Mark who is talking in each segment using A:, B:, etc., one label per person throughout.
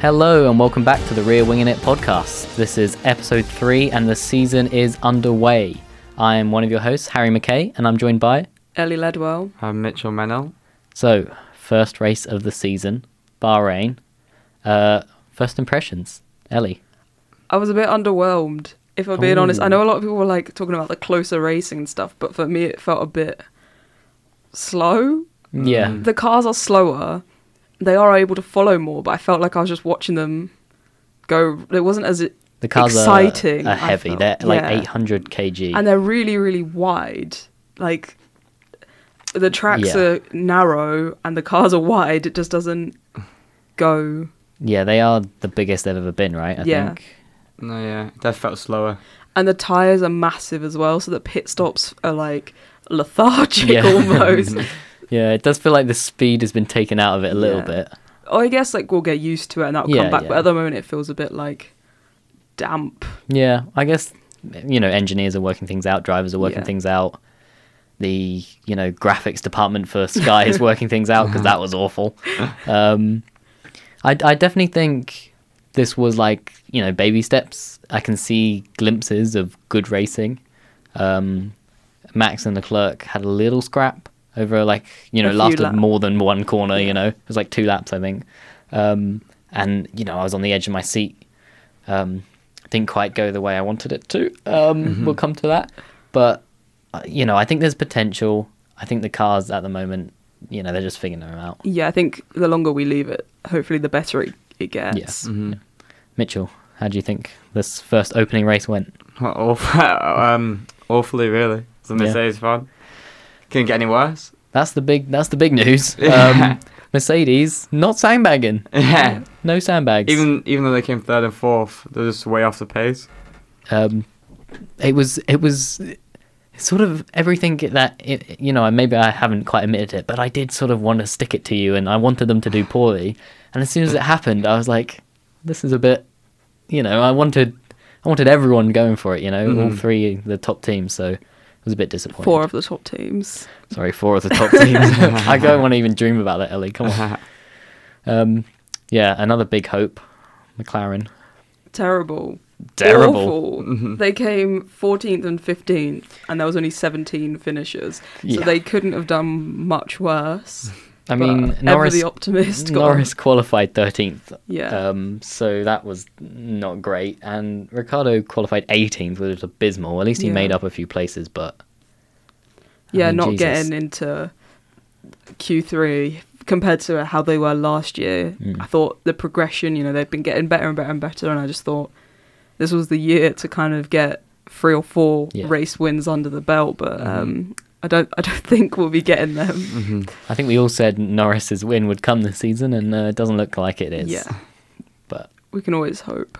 A: Hello and welcome back to the Rear Winging It podcast. This is episode three and the season is underway. I am one of your hosts, Harry McKay, and I'm joined by.
B: Ellie Ledwell.
C: I'm Mitchell Mennell.
A: So, first race of the season, Bahrain. Uh, first impressions, Ellie.
B: I was a bit underwhelmed, if I'm being honest. I
A: Ooh.
B: know a lot of people were like talking about the closer racing and stuff, but for me, it felt a bit slow.
A: Yeah.
B: The cars are slower. They are able to follow more, but I felt like I was just watching them go. It wasn't as it,
A: The cars are-
B: exciting,
A: are,
B: I
A: heavy.
B: felt.
A: They're like
B: Yeah.
A: 800 kg.
B: and they're really, really wide. Like the tracks
A: Yeah.
B: are narrow and the cars are wide. It just doesn't go.
A: yeah, they are the biggest they've ever been, right? I
B: Yeah.
A: think.
C: No, yeah, that felt slower.
B: and the tires are massive as well so the pit stops are like lethargic
A: Yeah.
B: almost
A: Yeah, it does feel like the speed has been taken out of it a little
B: Yeah.
A: bit.
B: oh i guess like we'll get used to it and that'll
A: Yeah,
B: come back
A: yeah.
B: but at the moment it feels a bit like damp
A: Yeah, I guess you know engineers are working things out, drivers are working
B: Yeah.
A: things out. The you know graphics department for Sky is working things out because that was awful. Um, I I definitely think this was like you know baby steps. I can see glimpses of good racing. Um, Max and Leclerc had a little scrap over like you know
B: A few
A: lasted
B: laps.
A: more than one corner. You know it was like two laps I think. Um, and you know I was on the edge of my seat um, didn't quite go the way I wanted it to. Um,
B: Mm-hmm.
A: We'll come to that, but uh, you know, I think there's potential. I think the cars at the moment, you know, they're just figuring them out.
B: yeah i think the longer we leave it hopefully the better it, it gets
A: Yeah.
C: Mm-hmm.
A: Mitchell, how do you think this first opening race went?
C: Well, awful, um, awfully, really. It's a
A: Yeah.
C: Mercedes one. Couldn't get any worse.
A: That's the big. That's the big news.
C: Yeah.
A: Um, Mercedes not sandbagging.
C: Yeah.
A: No sandbags.
C: Even even though they came third and fourth, they're just way off the pace.
A: um, it was it was sort of everything that it, you know maybe i haven't quite admitted it but i did sort of want to stick it to you and i wanted them to do poorly and as soon as it happened i was like this is a bit you know i wanted i wanted everyone going for it you know
C: Mm-hmm.
A: all three the top teams so it was a bit disappointing
B: four of the top teams
A: sorry four of the top teams i don't want to even dream about that ellie come on um, yeah another big hope mclaren
B: terrible
A: Terrible. Mm-hmm.
B: Awful. they came 14th and 15th and there was only 17 finishers so
A: Yeah.
B: they couldn't have done much worse
A: i mean
B: but
A: norris
B: ever the optimist got-
A: Norris qualified 13th.
B: Yeah.
A: Um, so that was not great. And Ricardo qualified 18th, which was abysmal. At least he
B: Yeah.
A: made up a few places, but. I
B: yeah,
A: mean,
B: not
A: Jesus.
B: getting into Q3 compared to how they were last year.
A: Hmm.
B: I thought the progression, you know, they've been getting better and better and better, and I just thought this was the year to kind of get three or four
A: Yeah. Mm-hmm.
B: race wins under the belt, but um, I don't, I don't think we'll be getting them.
A: I think we all said Norris's win would come this season, and uh, it doesn't look like it is.
B: Yeah,
A: But.
B: we can always hope.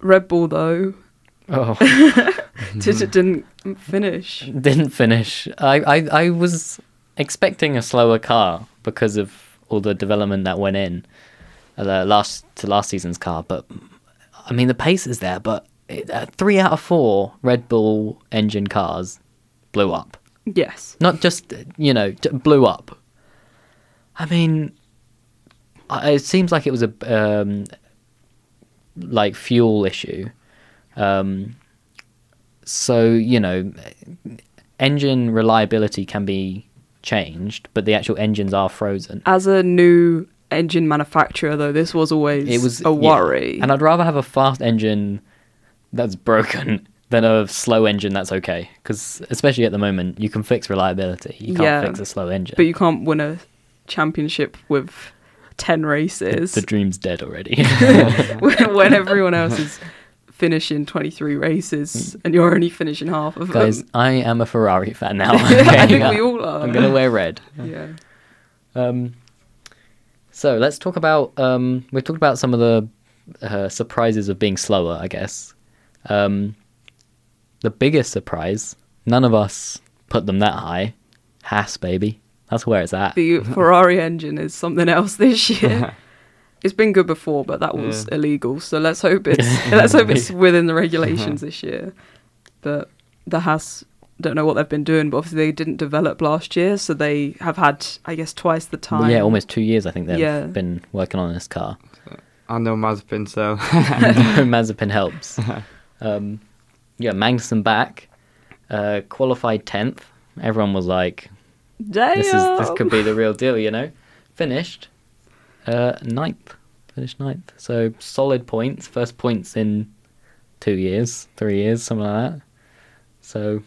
B: Red Bull though
A: Oh.
B: did, didn't finish.
A: didn't finish. I, I, I was expecting a slower car because of all the development that went in uh, the last to last season's car. But I mean, the pace is there. But it, uh, three out of four Red Bull engine cars blew up.
B: Yes,
A: Not just you know j- blew up. I mean, I- it seems like it was a um, like fuel issue. Um, so you know, engine reliability can be changed, but the actual engines are frozen.
B: as a new engine manufacturer though, this was always
A: It was
B: a
A: yeah.
B: worry.
A: and I'd rather have a fast engine that's broken than a slow engine that's okay. Because especially at the moment, you can fix reliability. You can't
B: Yeah.
A: fix a slow engine.
B: but you can't win a championship with 10 races
A: the dream's dead already.
B: when everyone else is finishing 23 races and you're only finishing half of
A: Guys,
B: them.
A: I am a Ferrari fan now.
B: I think we all are.
A: I'm gonna wear red.
B: yeah.
A: Um, so let's talk about um, we've talked about some of the uh, surprises of being slower, I guess. Um, the biggest surprise, none of us put them that high. Haas, baby, that's where it's at.
B: The Ferrari engine is something else this year. It's been good before, but that was
C: Yeah.
B: illegal. So let's hope it's let's hope it's within the regulations this year. But the Haas don't know what they've been doing, but obviously they didn't develop last year, so they have had I guess twice the time.
A: Yeah, almost two years I think they've
B: Yeah.
A: been working on this car.
C: I know Mazepin, so
A: no
B: Mm-hmm.
A: Mazepin helps.
B: Uh-huh.
A: Um, yeah, Magnussen back, uh, qualified tenth. Everyone was like,
B: Damn.
A: "This is this could be the real deal," you know. Finished uh, ninth. Finished ninth. So solid points. First points in two years, three years, something like that. So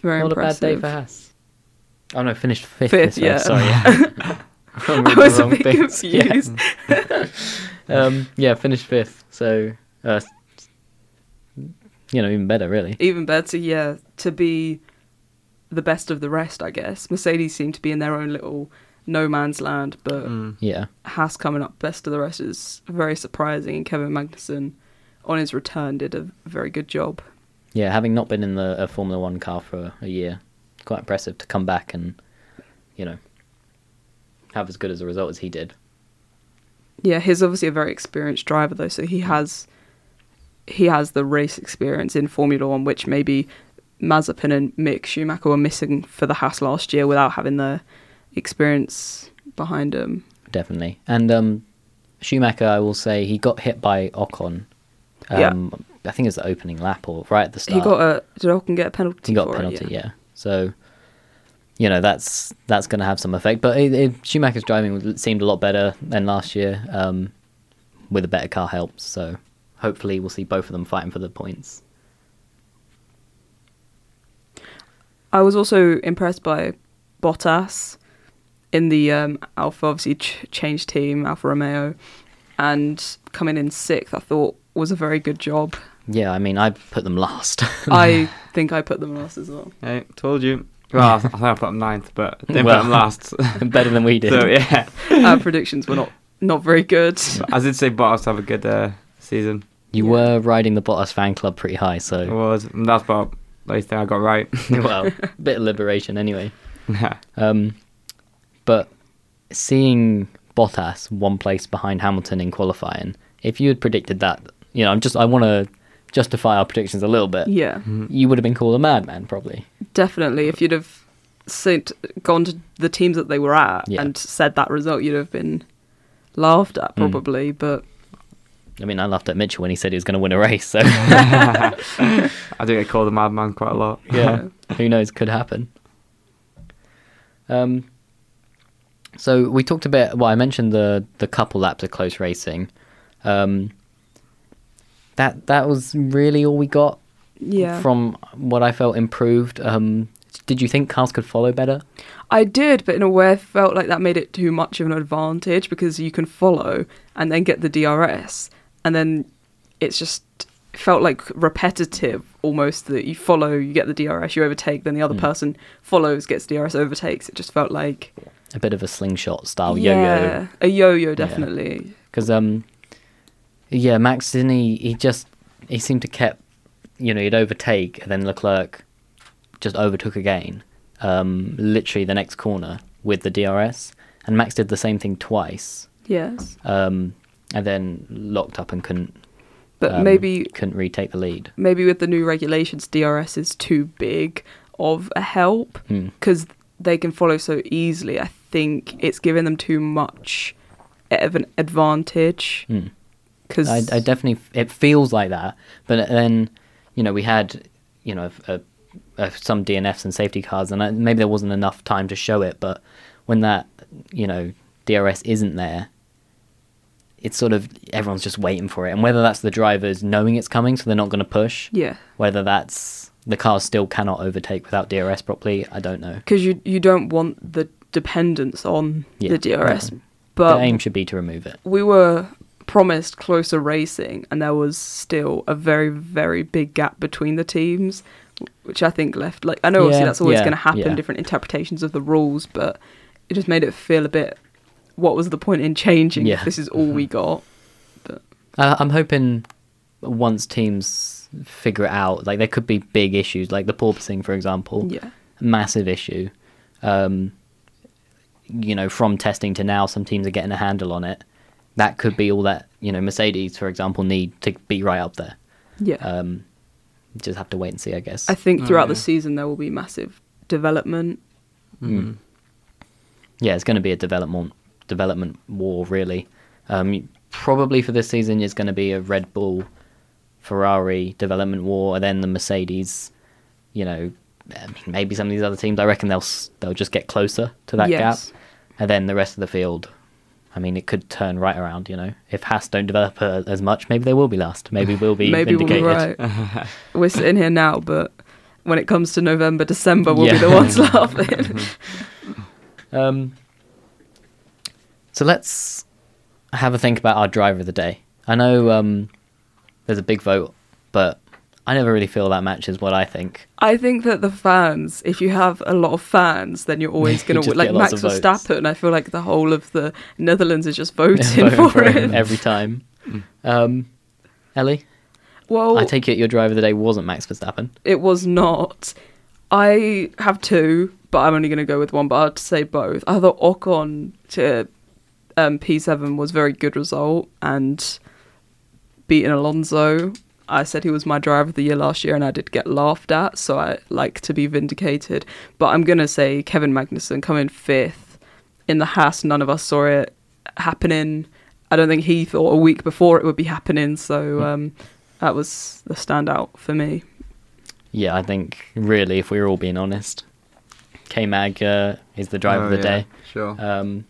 B: very
A: not
B: impressive.
A: a bad day for Haas. Oh no, finished fifth.
B: Fifth,
A: this year,
B: yeah.
A: Sorry. I'm
B: I
A: reading
B: was
A: the
B: a
A: wrong
B: bit
A: things. Yeah.
B: confused.
A: um, yeah, finished fifth. So, uh, you know, even better, really.
B: Even better, yeah, to be the best of the rest, I guess. Mercedes seem to be in their own little no man's land, but
C: Mm.
A: Yeah,
B: Haas coming up best of the rest is very surprising, and Kevin Magnussen on his return did a very good job.
A: yeah. Having not been in the a Formula One car for a year, it's quite impressive to come back and, you know, have as good as a result as he did.
B: Yeah, he's obviously a very experienced driver though, so
A: Mm.
B: he has he has the race experience in Formula One, which maybe Mazepin and Mick Schumacher were missing for the Haas last year without having the experience behind him.
A: Definitely. And um, Schumacher, I will say, he got hit by Ocon.
B: Yeah.
A: Um, I think it was the opening lap or right at the start.
B: He got a did Ocon get a penalty?
A: Ah. he got a
B: for it?
A: penalty, yeah. So, you know, that's that's going to have some effect. But it, it, Schumacher's driving was- seemed a lot better than last year um, with a better car help. So hopefully we'll see both of them fighting for the points.
B: I was also impressed by Bottas in the um, Alpha, obviously ch- changed team, Alfa Romeo, and coming in sixth, I thought was a very good job.
A: Yeah, I mean, I put them last.
B: I think I put them last as well.
C: Hey, told you. Well, I th- I think I put him ninth, but I didn't
A: Well,
C: put him last. so
A: better than we did.
C: yeah,
B: Our predictions were not not very good.
C: But I did say Bottas have a good uh, season.
A: You
B: Yeah.
A: were riding the Bottas fan club pretty high,
C: It
A: so
C: was and that's about the only thing I got right.
A: well, bit of liberation anyway. Um, but seeing Bottas one place behind Hamilton in qualifying, if you had predicted that, you know, I'm just I want to justify our predictions a little bit.
B: yeah,
A: You would have been called a madman, probably.
B: definitely. If you'd have sent, gone to the teams that they were at
A: Yeah.
B: and said that result, you'd have been laughed at
A: Mm.
B: probably. But
A: I mean, I laughed at Mitchell when he said he was going to win a race. So
C: I do get called the madman quite a lot.
A: yeah, who knows? Could happen. Um. So we talked a bit. Well, I mentioned the the couple laps of close racing. Um. That that was really all we got
B: yeah,
A: from what I felt improved. Um, did you think cars could follow better?
B: I did, but in a way, I felt like that made it too much of an advantage because you can follow and then get the DRS, and then it's just felt like repetitive almost that you follow, you get the DRS, you overtake, then the
A: Mm.
B: other person follows, gets DRS, overtakes. It just felt like
A: A bit of a slingshot style Oh, yo-yo.
B: yeah, a yo-yo definitely.
A: Because um, yeah, Max didn't he? He just he seemed to kept you know he'd overtake and then Leclerc just overtook again. Um, literally the next corner with the DRS, and Max did the same thing twice.
B: Yes,
A: Um, and then locked up and couldn't.
B: but
A: um,
B: maybe
A: couldn't retake the lead.
B: maybe with the new regulations, DRS is too big of a help
A: Hmm.
B: because they can follow so easily. I think it's giving them too much e, of an advantage
A: Hmm.
B: because
A: I, I definitely it feels like that. But then, you know, we had you know a, a, some DNFs and safety cars, and I, maybe there wasn't enough time to show it. But when that you know DRS isn't there, it's sort of everyone's just waiting for it. And whether that's the drivers knowing it's coming, so they're not going to push.
B: yeah
A: Whether that's the cars still cannot overtake without DRS properly, I don't know.
B: because you you don't want the dependence on
A: Yeah,
B: the DRS,
A: no. the
B: but
A: aim should be to remove it.
B: we were promised closer racing and there was still a very very big gap between the teams which i think left like i know obviously
A: Yeah,
B: that's always
A: yeah,
B: going to happen
A: yeah.
B: different interpretations of the rules but it just made it feel a bit what was the point in changing
A: Yeah. Mm-hmm.
B: if this is all we got
A: Uh, I'm hoping once teams figure it out, like there could be big issues, like the porpoising, for example,
B: yeah
A: massive issue. Um, you know, from testing to now, some teams are getting a handle on it. That could be all that you know. Mercedes, for example, need to be right up there.
B: yeah
A: Um, just have to wait and see, I guess.
B: i think
C: Oh,
B: throughout the
C: yeah.
B: season there will be massive development
A: yeah, it's going to be a development development war, really. Um, probably for this season is going to be a Red Bull, Ferrari development war, and then the Mercedes. You know, I mean, maybe some of these other teams. I reckon they'll s- they'll just get closer to that
B: Yes.
A: gap, and then the rest of the field. I mean, it could turn right around. You know, if Haas don't develop uh, as much, maybe they will be last. Maybe we'll be
B: Maybe
A: vindicated.
B: we'll be right. We're sitting here now, but when it comes to November, December, we'll be
A: Yeah.
B: the ones laughing.
A: Um, so let's have a think about our driver of the day. I know um, there's a big vote, but I never really feel that matches what I think.
B: I think that the fans, if you have a lot of fans, then you're always
A: You
B: going to
A: just
B: like
A: get lots
B: Max
A: of votes.
B: Verstappen. I feel like the whole of the Netherlands is just voting
A: Voting
B: for him.
A: every time.
C: Hmm.
A: Um, Ellie,
B: Well,
A: I take it your driver of the day wasn't Max Verstappen.
B: it was not. I have two, but I'm only going to go with one. But I'd say both. I thought Ocon to um, P7 was a very good result and beating Alonso. I said he was my driver of the year last year, and I did get laughed at. So I like to be vindicated. But I'm going to say Kevin Magnussen coming fifth in the Haas. None of us saw it happening. I don't think he thought a week before it would be happening. So um, that was the standout for me.
A: Yeah, I think really, if we're all being honest, K Mag uh, is the driver of
C: Oh,
A: the
C: yeah,
A: day.
C: Sure.
A: Um,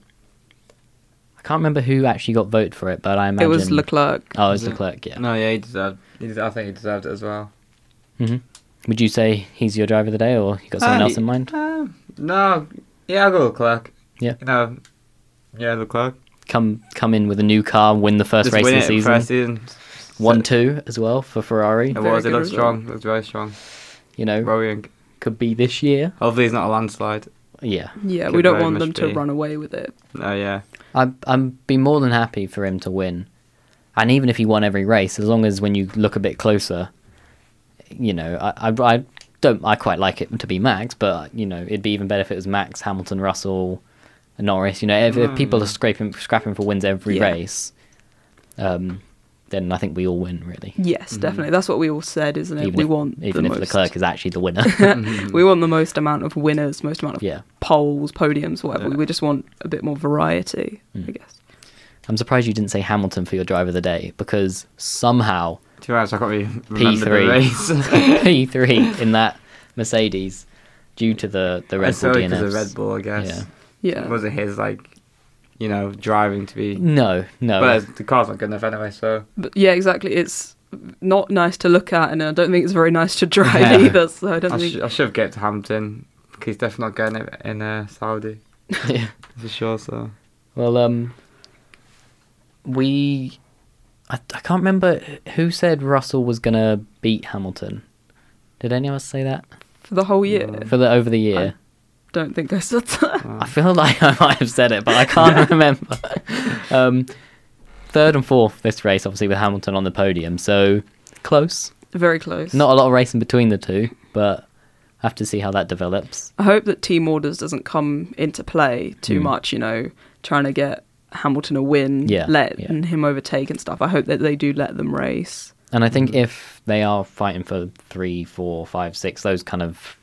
A: I can't remember who actually got voted for it, but I imagine
B: It was Leclerc.
A: Oh, it was
C: Was it?
A: Leclerc. Yeah.
C: no, yeah, he deserved. He des- I think he deserved it as well.
A: hmm Would you say he's your driver of the day, or you got someone
C: Uh,
A: else in mind?
C: Um, no, yeah, I'll go Leclerc.
A: Yeah.
C: No, yeah, Leclerc.
A: Come, come in with a new car, win the first
C: Just
A: race of
C: win
A: the
C: it
A: season.
C: First season.
A: One two as well for Ferrari.
C: It
B: Very
C: was. It
B: good
C: looked
B: result.
C: strong. Looked very strong.
A: You know,
C: Worrying.
A: could be this year.
C: Hopefully, it's not a landslide.
A: Yeah,
B: Yeah,
C: Could
B: we don't
C: very
B: want
C: much
B: them to
C: be.
B: run away with it.
C: No, yeah.
A: I'd, I'd be more than happy for him to win, and even if he won every race, as long as when you look a bit closer, you know, I, I, I don't, I quite like it to be Max, but you know, it'd be even better if it was Max, Hamilton, Russell, Norris. You know, if, if people are scraping, scrapping for wins every
B: Hmm. Yeah.
A: race, um, then I think we all win really.
B: Yes,
C: Mm-hmm.
B: definitely. That's what we all said, isn't it?
A: even
B: we
A: if,
B: want
A: even
B: the
A: if
B: most.
A: Leclerc is actually the winner.
C: Mm-hmm.
B: we want the most amount of winners, most amount of
A: Yeah.
B: poles, podiums, whatever.
C: Yeah. Mm.
B: We just want a bit more variety, I guess.
A: I'm surprised you didn't say Hamilton for your driver of the day because somehow
C: Two hours. I can't really remember the
A: P3.
C: race.
A: P3 E in that Mercedes due to the the
C: I
A: Red
C: saw
A: Bull
C: it
A: DNFs.
C: because Oh, of Red Bull, I guess.
A: Yeah.
B: Yeah.
C: It wasn't his like, you know, driving to be.
A: No, no.
C: But the car's not good enough anyway, so.
B: But yeah, exactly. It's not nice to look at, and I don't think it's very nice to drive
C: Yeah.
B: either. So I don't
C: I,
B: think.
C: sh- I should get to Hampton. 'cause He's definitely not going in- in uh, Saudi
A: Yeah.
C: for sure. So
A: well, um, we I, I can't remember who said Russell was gonna beat Hamilton. Did anyone else say that
B: for the whole year,
C: Uh.
A: for the over the year?
B: don't think I said that.
A: I feel like I might have said it, but I can't remember. Um, third and fourth this race, obviously with Hamilton on the podium, so close.
B: Very close.
A: Not a lot of racing between the two, but have to see how that develops.
B: I hope that team orders doesn't come into play too
A: Mm.
B: much, you know, trying to get Hamilton a win,
A: Yeah,
B: letting him overtake and stuff. I hope that they do let them race.
A: And I think if they are fighting for three, four, five, six, those kind of,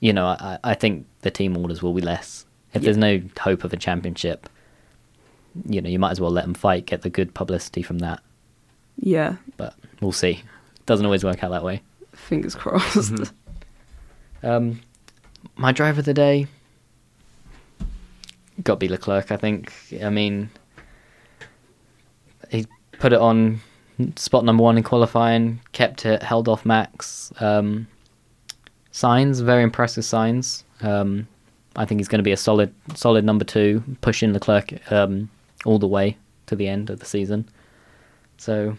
A: you know, I, I think the team orders will be less. If there's no hope of a championship, you know, you might as well let them fight, get the good publicity from that.
B: Yeah,
A: But we'll see. Doesn't always work out that way.
B: fingers crossed.
A: Mm-hmm. Um, my driver of the day got to be Leclerc. I think. I mean, he put it on spot number one in qualifying, kept it, held off Max. Um, signs, very impressive signs. Um, I think he's going to be a solid, solid number two, pushing Leclerc um, all the way to the end of the season. So,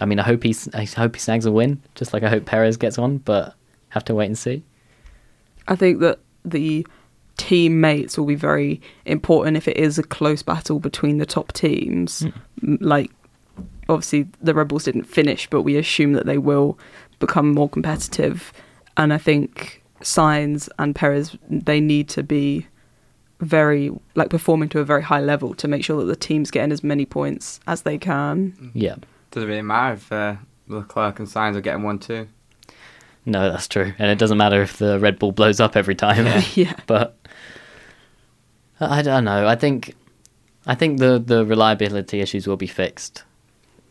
A: I mean, I hope he's, I hope he snags a win, just like I hope Perez gets one, but have to wait and see.
B: I think that the teammates will be very important if it is a close battle between the top teams. M Like, obviously, the Rebels didn't finish, but we assume that they will become more competitive. And I think Signs and Perez, they need to be very, like, performing to a very high level to make sure that the team's getting as many points as they can.
A: Yeah.
C: doesn't really matter if uh, Leclerc and Sainz are getting one too.
A: No, that's true. And it doesn't matter if the Red Bull blows up every time.
B: Yeah.
A: But I I don't know. I think I think the the reliability issues will be fixed.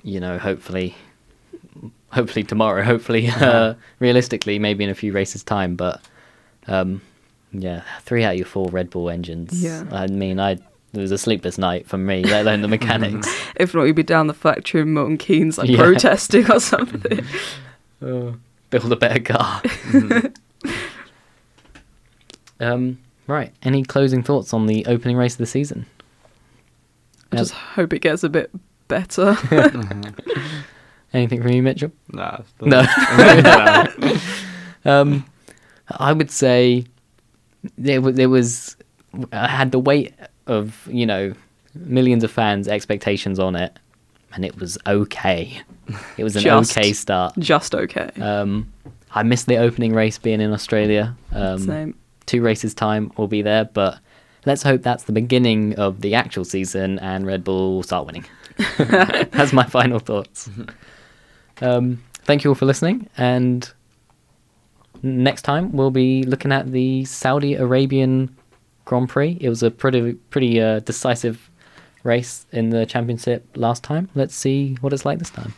A: You know, hopefully, hopefully tomorrow. Hopefully, uh, realistically, maybe in a few races time. But um, yeah, three out of your four Red Bull engines.
B: Yeah.
A: I mean, I it was a sleepless night for me, let alone the mechanics.
B: If not, you'd be down the factory in Milton Keynes like
A: Yeah.
B: protesting or something.
A: Uh, Build a better car. um, right. Any closing thoughts on the opening race of the season?
B: I just hope it gets a bit better.
A: Anything from you, Mitchell?
C: Nah, it's
A: No.
C: done.
A: Um, I would say there was, there was I had the weight of you know millions of fans' expectations on it, and it was okay. It was an
B: Just.
A: okay start.
B: just okay.
A: Um, I missed the opening race being in Australia. Um,
B: Same.
A: two races time will be there, but let's hope that's the beginning of the actual season and Red Bull will start winning. that's my final thoughts. Um, thank you all for listening, and next time we'll be looking at the Saudi Arabian Grand Prix. It was a pretty pretty uh, decisive race in the championship last time. Let's see what it's like this time.